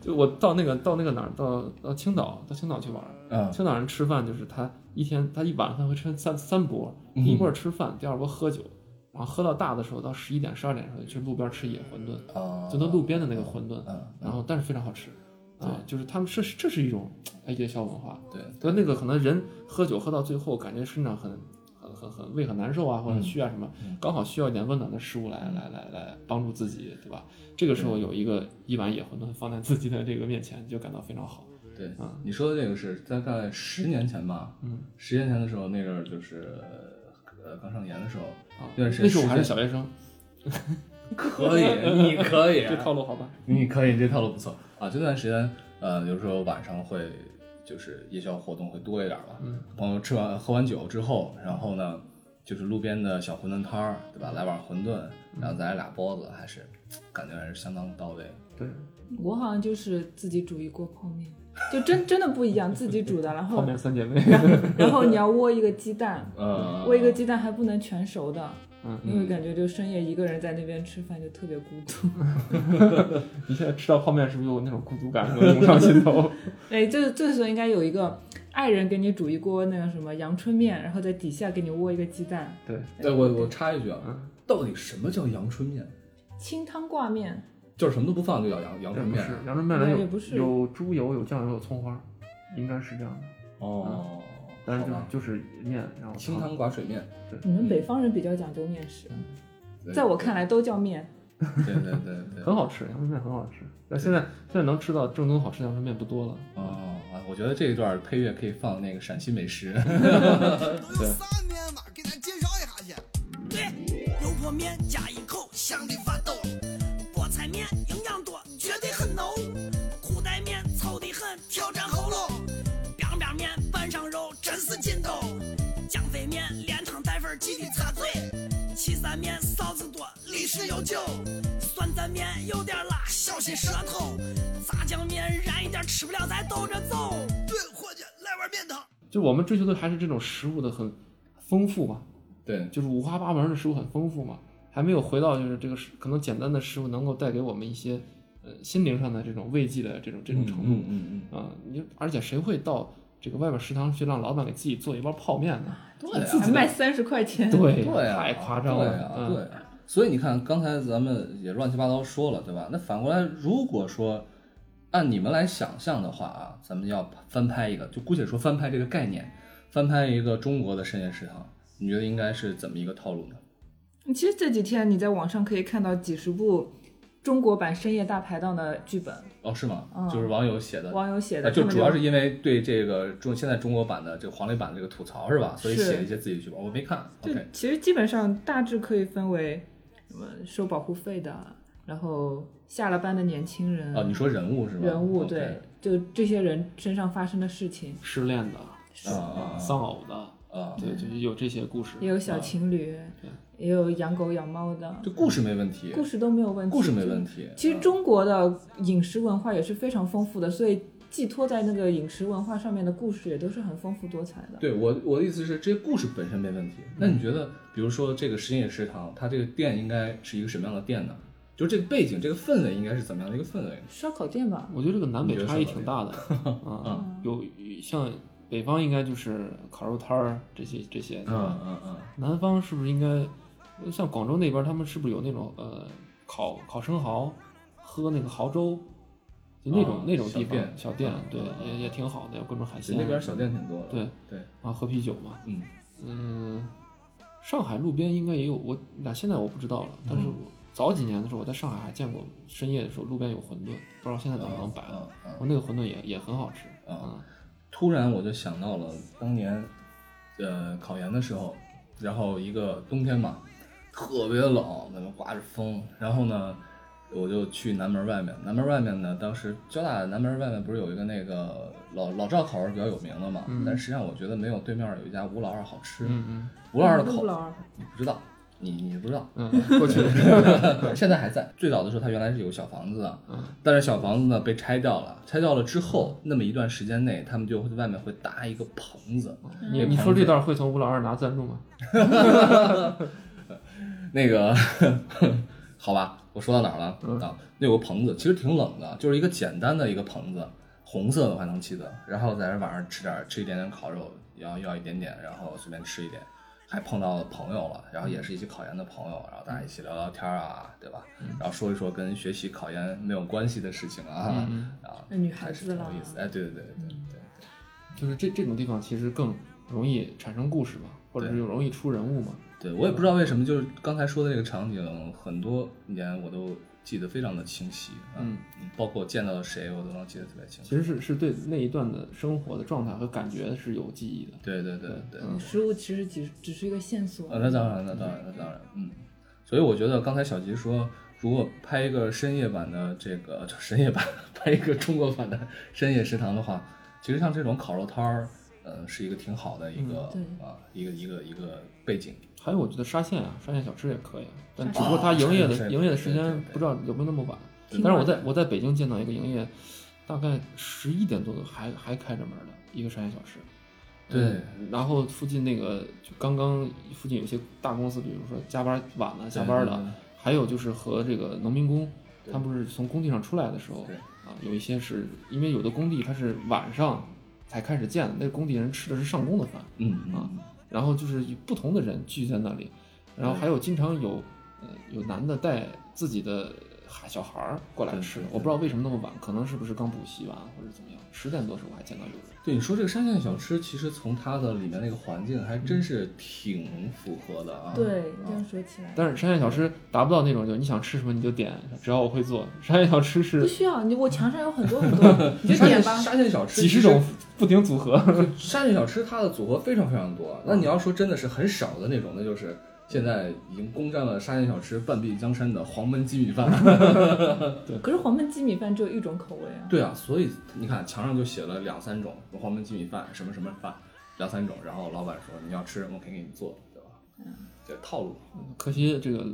[SPEAKER 5] 就我到那个到那个哪儿到到青岛到青岛去玩儿，
[SPEAKER 3] 嗯，
[SPEAKER 5] 青岛人吃饭就是他一天他一晚上会吃三三波，
[SPEAKER 3] 嗯
[SPEAKER 5] 第一波吃饭，第二波喝酒，然后喝到大的时候到十一点十二点的时候就去路边吃野馄饨。
[SPEAKER 3] 啊，
[SPEAKER 5] 就那路边的那个馄饨，
[SPEAKER 3] 嗯，
[SPEAKER 5] 然后但是非常好吃，啊，就是他们这是这是一种哎夜宵文化，
[SPEAKER 3] 对，
[SPEAKER 5] 但那个可能人喝酒喝到最后，感觉身上很很很很胃很难受啊，或者虚啊什么，刚好需要一点温暖的食物来来来来帮助自己，嗯对吧？这个时候有一个一碗野馄饨放在自己的这个面前，就感到非常好。
[SPEAKER 3] 对
[SPEAKER 5] 嗯，
[SPEAKER 3] 你说的这个是大概十年前吧，
[SPEAKER 5] 嗯，
[SPEAKER 3] 十年前的时候，那阵儿就是呃刚上研的时候，
[SPEAKER 5] 啊，
[SPEAKER 3] 对
[SPEAKER 5] 那
[SPEAKER 3] 是
[SPEAKER 5] 时候我
[SPEAKER 3] 是
[SPEAKER 5] 还是小学生，
[SPEAKER 3] 可以，你可以，
[SPEAKER 5] [laughs]
[SPEAKER 3] 啊
[SPEAKER 5] 这套路好吧？
[SPEAKER 3] 嗯你可以，这套路不错啊。这段时间，呃，有时候晚上会就是夜宵活动会多一点吧。
[SPEAKER 5] 嗯，
[SPEAKER 3] 朋友吃完喝完酒之后，然后呢，就是路边的小馄饨摊儿，对吧？来碗馄饨，然后再来俩包子，还是感觉还是相当到位。
[SPEAKER 5] 对，
[SPEAKER 4] 我好像就是自己煮一锅泡面，就真真的不一样，自己煮的，然
[SPEAKER 5] 泡
[SPEAKER 4] 后
[SPEAKER 5] 面三姐妹，
[SPEAKER 3] 嗯
[SPEAKER 4] 然后你要 [laughs] 窝一个鸡蛋，
[SPEAKER 3] 呃，
[SPEAKER 4] 窝一个鸡蛋还不能全熟的，
[SPEAKER 5] 嗯
[SPEAKER 4] 因为感觉就深夜一个人在那边吃饭就特别孤独，
[SPEAKER 5] [laughs]
[SPEAKER 4] [laughs]
[SPEAKER 5] 你现在吃到泡面是不是有那种孤独感和涌上心头？
[SPEAKER 4] 哎，这这时候应该有一个爱人给你煮一锅那个什么阳春面，然后在底下给你窝一个鸡蛋，
[SPEAKER 5] 对，
[SPEAKER 3] 对哎我我插一句啊
[SPEAKER 5] 嗯，
[SPEAKER 3] 到底什么叫阳春面？
[SPEAKER 4] 清汤挂面，
[SPEAKER 3] 就是什么都不放就叫阳
[SPEAKER 5] [laughs]
[SPEAKER 3] 阳
[SPEAKER 5] 这
[SPEAKER 3] 春
[SPEAKER 5] 不
[SPEAKER 3] 面啊
[SPEAKER 5] 是阳春面里
[SPEAKER 4] 也
[SPEAKER 5] 有
[SPEAKER 4] 不是
[SPEAKER 5] 有猪油、有酱油、有葱花，应该是这样的。
[SPEAKER 3] 哦，
[SPEAKER 5] 但是
[SPEAKER 3] 好
[SPEAKER 5] 就
[SPEAKER 3] 吧
[SPEAKER 5] 就是面，然后
[SPEAKER 3] 清汤寡水面，
[SPEAKER 4] 你们北方人比较讲究面食，
[SPEAKER 3] 嗯对
[SPEAKER 4] 在我看来都叫面，
[SPEAKER 3] 对对对对，
[SPEAKER 5] 很好吃，阳春面很好吃。但现在现在能吃到正宗好吃的阳春面不多了。
[SPEAKER 3] 哦，啊我觉得这一段配乐可以放那个陕西美食。
[SPEAKER 6] 都有三天了，给咱介绍一下去。对，油泼面加一口，香的发抖；菠菜面营养多，绝对很浓；裤带面糙的很，挑战喉咙；凉凉面拌上肉，真是劲头；酱肥面连汤带粉，记得擦嘴；岐山面臊子多，历史悠久；酸蘸面有点辣，小心舌头；炸酱面燃一点，吃不了咱兜着走。对，伙计，来碗面汤。
[SPEAKER 5] 就我们追求的还是这种食物的很丰富嘛，
[SPEAKER 3] 对，
[SPEAKER 5] 就是五花八门的食物很丰富嘛，还没有回到就是这个食可能简单的食物能够带给我们一些呃心灵上的这种慰藉的这种这种程度
[SPEAKER 3] 嗯嗯嗯
[SPEAKER 5] 啊、你就而且谁会到这个外边食堂去让老板给自己做一包泡面呢？
[SPEAKER 3] 对啊
[SPEAKER 4] 还卖三十块钱，
[SPEAKER 5] 对
[SPEAKER 3] 对啊，
[SPEAKER 5] 太夸张了。
[SPEAKER 3] 对啊，
[SPEAKER 5] 嗯
[SPEAKER 3] 对啊。所以你看，刚才咱们也乱七八糟说了，对吧？那反过来，如果说按你们来想象的话啊，咱们要翻拍一个，就姑且说翻拍这个概念，翻拍一个中国的深夜食堂，你觉得应该是怎么一个套路呢？
[SPEAKER 4] 其实这几天你在网上可以看到几十部中国版《深夜大排档》的剧本，
[SPEAKER 3] 哦，是吗？
[SPEAKER 4] 嗯
[SPEAKER 3] 就是网友写的。
[SPEAKER 4] 网友写的，
[SPEAKER 3] 啊就
[SPEAKER 4] 他们
[SPEAKER 3] 主要是因为对这个中现在中国版的这个黄磊版的这个吐槽是吧？所以
[SPEAKER 4] 是
[SPEAKER 3] 写一些自己剧本，我没看。
[SPEAKER 4] 就
[SPEAKER 3] OK，
[SPEAKER 4] 其实基本上大致可以分为什么收保护费的，然后下了班的年轻人，
[SPEAKER 3] 哦，你说人物是吧？
[SPEAKER 4] 人物
[SPEAKER 3] OK
[SPEAKER 4] 对，就这些人身上发生的事情，
[SPEAKER 5] 失恋的、
[SPEAKER 3] 啊啊
[SPEAKER 5] 丧偶的，
[SPEAKER 3] 啊啊！啊
[SPEAKER 5] 对，就是有这些故事。
[SPEAKER 4] 也有小情侣，也有养狗养猫的，
[SPEAKER 3] 这故事没问题，
[SPEAKER 4] 故事都没有问题，
[SPEAKER 3] 故事没问题。嗯啊
[SPEAKER 4] 其实中国的饮食文化也是非常丰富的，所以寄托在那个饮食文化上面的故事也都是很丰富多彩的。
[SPEAKER 3] 对我我的意思是，这些故事本身没问题。那
[SPEAKER 4] 嗯
[SPEAKER 3] 你觉得，比如说这个深夜食堂，它这个店应该是一个什么样的店呢？就是这个背景、这个氛围应该是怎么样的一个氛围？
[SPEAKER 4] 烧烤店吧，
[SPEAKER 5] 我觉得这个南
[SPEAKER 3] 你
[SPEAKER 5] 北
[SPEAKER 3] 觉得
[SPEAKER 5] 差异
[SPEAKER 3] 什么
[SPEAKER 5] 挺大的
[SPEAKER 3] [laughs]
[SPEAKER 5] 啊，
[SPEAKER 3] 嗯
[SPEAKER 5] 有像北方应该就是烤肉摊儿这些这些，
[SPEAKER 3] 嗯嗯嗯，
[SPEAKER 5] 南方是不是应该像广州那边儿，他们是不是有那种呃烤烤生蚝，喝那个蚝粥，就那种、
[SPEAKER 3] 啊
[SPEAKER 5] 那种地
[SPEAKER 3] 小
[SPEAKER 5] 方
[SPEAKER 3] 店
[SPEAKER 5] 小店，
[SPEAKER 3] 啊
[SPEAKER 5] 对，
[SPEAKER 3] 啊
[SPEAKER 5] 也也挺好的，有各种海
[SPEAKER 3] 对
[SPEAKER 5] 鲜，
[SPEAKER 3] 那边小店挺多的。
[SPEAKER 5] 对
[SPEAKER 3] 对，
[SPEAKER 5] 然后喝啤酒嘛，
[SPEAKER 3] 嗯，
[SPEAKER 5] 嗯，上海路边应该也有，我那现在我不知道了，但是我早几年的时候我在上海还见过，深夜的时候路边有馄饨，不知道现在能不能摆了，
[SPEAKER 3] 啊啊啊
[SPEAKER 5] 我那个馄饨也也很好吃，
[SPEAKER 3] 啊
[SPEAKER 5] 嗯
[SPEAKER 3] 突然我就想到了当年，呃，考研的时候，然后一个冬天嘛，特别冷，那个刮着风，然后呢，我就去南门外面。南门外面呢，当时交大南门外面不是有一个那个老老赵烤肉比较有名的嘛？但实际上我觉得没有对面有一家吴老二好吃。
[SPEAKER 5] 嗯嗯
[SPEAKER 3] 吴老二的
[SPEAKER 4] 不
[SPEAKER 3] 烤
[SPEAKER 4] 老二
[SPEAKER 3] 你不知道，你你不知道，
[SPEAKER 5] 嗯，过去
[SPEAKER 3] 现在还在。最早的时候，它原来是有个小房子的，但是小房子呢被拆掉了。拆掉了之后，那么一段时间内，他们就会在外面会搭一个棚子。
[SPEAKER 5] [laughs] 你你说这段会从吴老二拿赞助吗？
[SPEAKER 3] 那个， [laughs] 好吧，我说到哪儿了、
[SPEAKER 4] 嗯
[SPEAKER 3] 啊？那有个棚子，其实挺冷的，就是一个简单的一个棚子，红色的我还能记得。然后在这晚上吃点儿吃一点点烤肉，然后要一点点，然后随便吃一点。还碰到了朋友了，然后也是一起考研的朋友，然后大家一起聊聊天儿啊，对吧？
[SPEAKER 4] 嗯
[SPEAKER 3] 然后说一说跟学习考研没有关系的事情啊，啊，
[SPEAKER 4] 嗯那女孩
[SPEAKER 3] 还是
[SPEAKER 4] 子嗯
[SPEAKER 3] 挺
[SPEAKER 4] 了
[SPEAKER 3] 有意思。哎，对对对对对
[SPEAKER 5] 就是这这种地方其实更容易产生故事嘛，或者是容易出人物嘛。
[SPEAKER 3] 对，我也不知道为什么，就是刚才说的这个场景，很多年我都记得非常的清晰，啊
[SPEAKER 5] 嗯，
[SPEAKER 3] 包括见到谁我都能记得特别清
[SPEAKER 5] 其
[SPEAKER 3] 楚。
[SPEAKER 5] 实是是对那一段的生活的状态和感觉是有记忆的。
[SPEAKER 3] 对对对对，
[SPEAKER 5] 嗯
[SPEAKER 4] 食物其实只只是一个线索
[SPEAKER 3] 啊，，那当然，那当然，那当然，嗯。所以我觉得刚才小吉说，如果拍一个深夜版的这个， [laughs] 就深夜版，拍一个中国版的深夜食堂的话，其实像这种烤肉摊儿，呃，是一个挺好的一个、
[SPEAKER 4] 嗯
[SPEAKER 3] 啊，一个一个一个背景。嗯
[SPEAKER 5] 还有，我觉得沙县啊，沙县小吃也可以啊，但只不过它营业
[SPEAKER 3] 哦沙县
[SPEAKER 5] 的营业的
[SPEAKER 3] 对
[SPEAKER 5] 时
[SPEAKER 3] 对
[SPEAKER 5] 间
[SPEAKER 3] 对
[SPEAKER 5] 不知道有没有那么晚。
[SPEAKER 4] 挺
[SPEAKER 5] 但是我
[SPEAKER 4] 晚的
[SPEAKER 5] 在我在北京见到一个营业，大概十一点多的还还开着门的一个沙县小吃。
[SPEAKER 3] 对
[SPEAKER 5] 嗯然后附近那个就刚刚附近有些大公司，比如说加班晚了下
[SPEAKER 3] 对
[SPEAKER 5] 班
[SPEAKER 3] 对对
[SPEAKER 5] 了，还有就是和这个农民工，他们不是从工地上出来的时候
[SPEAKER 3] 对
[SPEAKER 5] 啊，有一些是因为有的工地它是晚上才开始建的，那工地人吃的是上工的饭，
[SPEAKER 3] 嗯嗯
[SPEAKER 5] 啊，然后就是有不同的人聚在那里，然后还有经常有呃有男的带自己的孩小孩儿过来
[SPEAKER 3] 对
[SPEAKER 5] 吃
[SPEAKER 3] 对，
[SPEAKER 5] 我不知道为什么那么晚，可能是不是刚补习完或者怎么样，十点多时候我还见到有人。
[SPEAKER 3] 对你说这个沙县小吃，其实从它的里面那个环境还真是挺符合的啊。
[SPEAKER 4] 对，这样说起来。
[SPEAKER 5] 但是沙县小吃达不到那种，就你想吃什么你就点，只要我会做。沙县小吃
[SPEAKER 4] 不
[SPEAKER 5] 是
[SPEAKER 4] 需要你，我墙上有很多很多，你就点
[SPEAKER 3] [laughs]
[SPEAKER 4] 吧。
[SPEAKER 3] 沙县小吃
[SPEAKER 5] 几
[SPEAKER 3] 其
[SPEAKER 5] 十
[SPEAKER 3] 实
[SPEAKER 5] 种不停组合，
[SPEAKER 3] 沙县小吃它的组合非常非常多。那你要说真的是很少的那种，那就是现在已经攻占了沙县小吃半壁江山的黄焖鸡米 [laughs] 饭。
[SPEAKER 4] 可是黄焖鸡米饭只有一种口味啊，
[SPEAKER 3] 对啊，所以你看墙上就写了两三种黄焖鸡米饭，什么什么饭，两三种。然后老板说你要吃什么，我可以给你做，对吧？这套路。
[SPEAKER 5] 可惜这个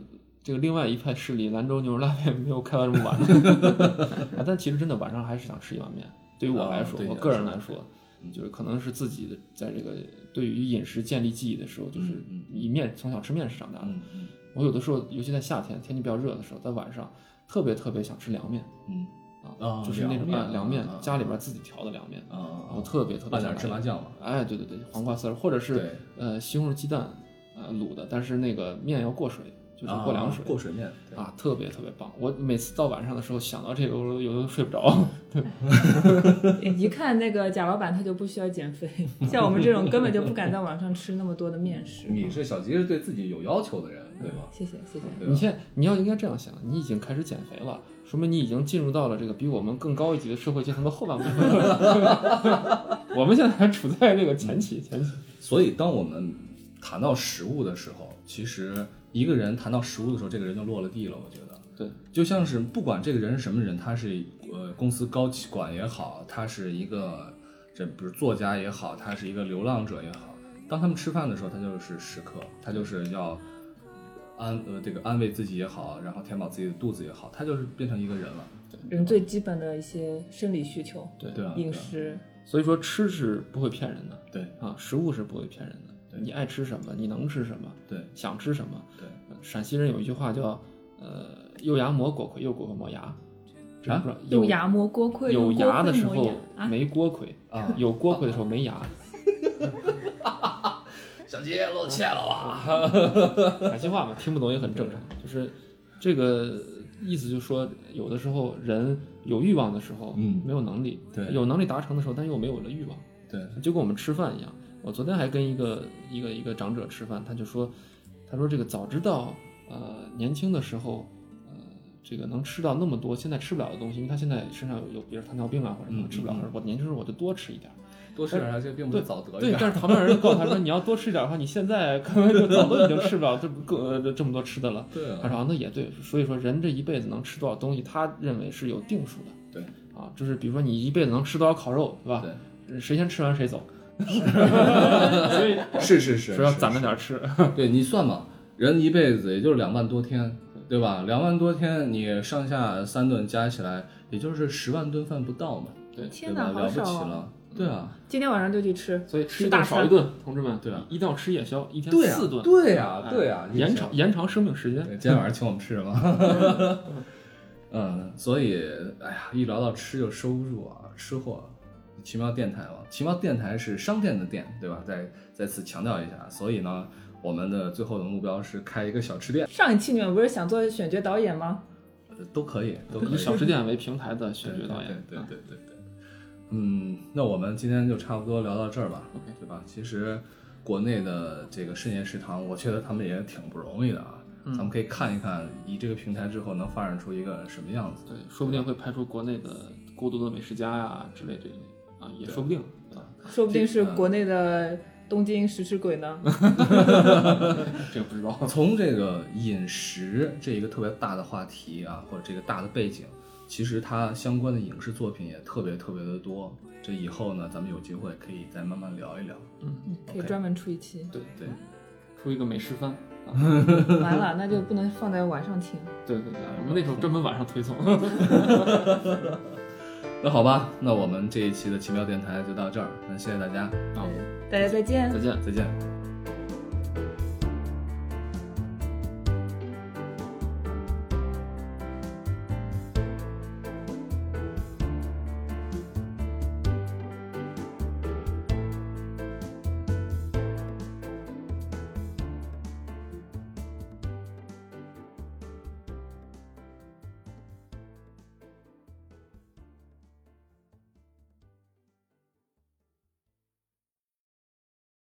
[SPEAKER 5] 这个另外一派势力兰州牛肉拉面没有开到这
[SPEAKER 3] [laughs]
[SPEAKER 5] 么晚， [laughs] 啊，但其实真的晚上还是想吃一碗面。对于我来
[SPEAKER 3] 啊
[SPEAKER 5] 说，
[SPEAKER 3] 对
[SPEAKER 5] 我
[SPEAKER 3] 你来
[SPEAKER 5] 个人
[SPEAKER 3] 说
[SPEAKER 5] 来说，就是可能是自己的在这个对于饮食建立记忆的时候，就是
[SPEAKER 3] 嗯
[SPEAKER 5] 以面从小吃面食长大的。
[SPEAKER 3] 嗯嗯
[SPEAKER 5] 我有的时候，尤其在夏天天气比较热的时候，在晚上特别特别想吃凉面
[SPEAKER 3] 嗯
[SPEAKER 5] 啊
[SPEAKER 3] 啊，
[SPEAKER 5] 就是那
[SPEAKER 3] 凉
[SPEAKER 5] 种
[SPEAKER 3] 面
[SPEAKER 5] 凉面
[SPEAKER 3] 啊啊，
[SPEAKER 5] 家里边自己调的凉面，
[SPEAKER 3] 啊啊
[SPEAKER 5] 然后
[SPEAKER 3] 啊，
[SPEAKER 5] 特别特别
[SPEAKER 3] 拌
[SPEAKER 5] 想
[SPEAKER 3] 点芝麻
[SPEAKER 5] 来。
[SPEAKER 3] 酱嘛。
[SPEAKER 5] 哎，对对对，黄瓜丝儿，或者
[SPEAKER 3] 对
[SPEAKER 5] 是呃西红柿鸡蛋，呃卤的，但是那个面要过水，就是
[SPEAKER 3] 啊
[SPEAKER 5] 过凉水，
[SPEAKER 3] 过水面对
[SPEAKER 5] 啊，特别特别棒！我每次到晚上的时候想到这个，我都有时候睡不
[SPEAKER 3] 啊
[SPEAKER 5] 着。
[SPEAKER 4] 一看那个贾老板他就不需要减肥，像我们这种根本就不敢在晚上吃那么多的面食。
[SPEAKER 3] 你是小吉是对自己有要求的人，对吧？
[SPEAKER 4] 谢谢谢谢，
[SPEAKER 3] 对吧
[SPEAKER 5] 你现在你要应该这样想，你已经开始减肥了，说明你已经进入到了这个比我们更高一级的社会阶层的后半部
[SPEAKER 3] [laughs]
[SPEAKER 5] 分了。 [laughs] 我们现在还处在这个前期，前期
[SPEAKER 3] 所以，当我们谈到食物的时候，其实一个人谈到食物的时候，这个人就落了地了。我觉得，
[SPEAKER 5] 对，
[SPEAKER 3] 就像是不管这个人是什么人，他是呃公司高管也好，他是一个这比如作家也好，他是一个流浪者也好，当他们吃饭的时候，他就是食客，他就是要安呃这个安慰自己也好，然后填饱自己的肚子也好，他就是变成一个人了，
[SPEAKER 4] 人最基本的一些生理需求，
[SPEAKER 5] 对
[SPEAKER 3] 对啊，
[SPEAKER 4] 饮
[SPEAKER 3] 对啊
[SPEAKER 4] 食，
[SPEAKER 5] 所以说吃是不会骗人的
[SPEAKER 3] 对
[SPEAKER 5] 啊，食物是不会骗人的。
[SPEAKER 3] 对
[SPEAKER 5] 你爱吃什么，你能吃什么，
[SPEAKER 3] 对
[SPEAKER 5] 想吃什么。
[SPEAKER 3] 对，
[SPEAKER 5] 陕西人有一句话叫“呃，又牙磨果壳，又果壳磨牙”，这
[SPEAKER 3] 啊
[SPEAKER 5] 不知道有
[SPEAKER 4] 用牙磨锅盔，
[SPEAKER 5] 有
[SPEAKER 4] 用锅
[SPEAKER 5] 牙的
[SPEAKER 4] 盔
[SPEAKER 5] 时
[SPEAKER 4] 磨
[SPEAKER 5] 候
[SPEAKER 4] 牙啊
[SPEAKER 5] 没锅盔，
[SPEAKER 3] 啊，
[SPEAKER 5] 有锅盔的时候没牙。
[SPEAKER 3] 小杰露怯了啊吧？
[SPEAKER 5] 陕西话嘛，听不懂也很正常。就是这个意思，就是说有的时候人有欲望的时候，
[SPEAKER 3] 嗯
[SPEAKER 5] 没有能力；
[SPEAKER 3] 对
[SPEAKER 5] 有能力达成的时候，但又没有了欲望。
[SPEAKER 3] 对，
[SPEAKER 5] 就跟我们吃饭一样。我昨天还跟一个一个一个长者吃饭，他就说，他说这个早知道，呃，年轻的时候，呃，这个能吃到那么多现在吃不了的东西，因为他现在身上有有比如糖尿病啊或者什么
[SPEAKER 3] 嗯
[SPEAKER 5] 吃不了，
[SPEAKER 3] 嗯嗯
[SPEAKER 5] 我年轻时候我就多吃一点儿。
[SPEAKER 3] 多吃点啥，这并不是早得
[SPEAKER 5] 对，
[SPEAKER 3] 病。
[SPEAKER 5] 但是旁边有人告诉他说，你要多吃一点的话，你现在 [laughs] 可能就早都已经吃不了这么更呃这么多吃的了。
[SPEAKER 3] 对
[SPEAKER 5] 他
[SPEAKER 3] 啊，
[SPEAKER 5] 说啊那也对，所以说人这一辈子能吃多少东西，他认为是有定数的。
[SPEAKER 3] 对
[SPEAKER 5] 啊，就是比如说你一辈子能吃多少烤肉，对吧？呃谁先吃完谁
[SPEAKER 3] [laughs]
[SPEAKER 5] 走。所以
[SPEAKER 3] 是是是，
[SPEAKER 5] 说要
[SPEAKER 3] 是
[SPEAKER 5] 攒着点儿吃。
[SPEAKER 3] 对你算嘛，人一辈子也就是两万多天，对吧？两万多天，你上下三顿加起来，也就是十万顿饭不到嘛，对
[SPEAKER 4] 天
[SPEAKER 3] 吧？
[SPEAKER 4] 哪，
[SPEAKER 3] 了
[SPEAKER 4] 好
[SPEAKER 3] 不起
[SPEAKER 4] 少啊！
[SPEAKER 3] 了，对啊，
[SPEAKER 4] 今天晚上就去吃，
[SPEAKER 5] 所以吃
[SPEAKER 4] 吃
[SPEAKER 5] 一
[SPEAKER 4] 大
[SPEAKER 5] 顿少
[SPEAKER 4] 餐
[SPEAKER 5] 一顿，同志们，
[SPEAKER 3] 对啊
[SPEAKER 5] 一定要吃夜宵，一天
[SPEAKER 3] 对啊
[SPEAKER 5] 四顿，
[SPEAKER 3] 对啊
[SPEAKER 5] 哎
[SPEAKER 3] 对啊你
[SPEAKER 5] 延
[SPEAKER 3] 想
[SPEAKER 5] 长延长生命时间。
[SPEAKER 3] 对今天晚上请我们吃什么？嗯，所以哎呀，一聊到吃就收不住啊，吃货。奇妙电台嘛，奇妙电台是商店的店，对吧？再再次强调一下，所以呢，我们的最后的目标是开一个小吃店，
[SPEAKER 4] 上一期你们不是想做选角导演吗？
[SPEAKER 3] 呃都可以，都可以。
[SPEAKER 5] 以小吃店为平台的
[SPEAKER 3] 对
[SPEAKER 5] 选角导演，
[SPEAKER 3] 对
[SPEAKER 5] 啊
[SPEAKER 3] 对对对对。嗯，那我们今天就差不多聊到这儿吧
[SPEAKER 5] OK
[SPEAKER 3] 对吧？其实国内的这个深夜食堂，我觉得他们也挺不容易的啊。
[SPEAKER 5] 嗯
[SPEAKER 3] 咱们可以看一看，以这个平台之后能发展出一个什么样子。
[SPEAKER 5] 对，说不定
[SPEAKER 3] 啊
[SPEAKER 5] 会拍出国内的《孤独的美食家》呀之类这一类啊，也说不定。啊
[SPEAKER 4] 说不定是国内的东京食尸鬼呢。
[SPEAKER 5] 这个不知道。，
[SPEAKER 3] 从这个饮食这一个特别大的话题啊，或者这个大的背景，其实它相关的影视作品也特别特别的多。这以后呢，咱们有机会可以再慢慢聊一聊。
[SPEAKER 4] 可以专门出一期
[SPEAKER 5] 对，
[SPEAKER 3] 对，
[SPEAKER 5] 出一个美食番。
[SPEAKER 4] 完了那就不能放在晚上听。
[SPEAKER 5] 对对对，啊我们那时候专门晚
[SPEAKER 3] [laughs]
[SPEAKER 5] 上推送。
[SPEAKER 3] 那好吧，那我们这一期的奇妙电台就到这儿，那谢谢大家，
[SPEAKER 5] 好，
[SPEAKER 4] 大家再见
[SPEAKER 5] 再。见。
[SPEAKER 3] 再见。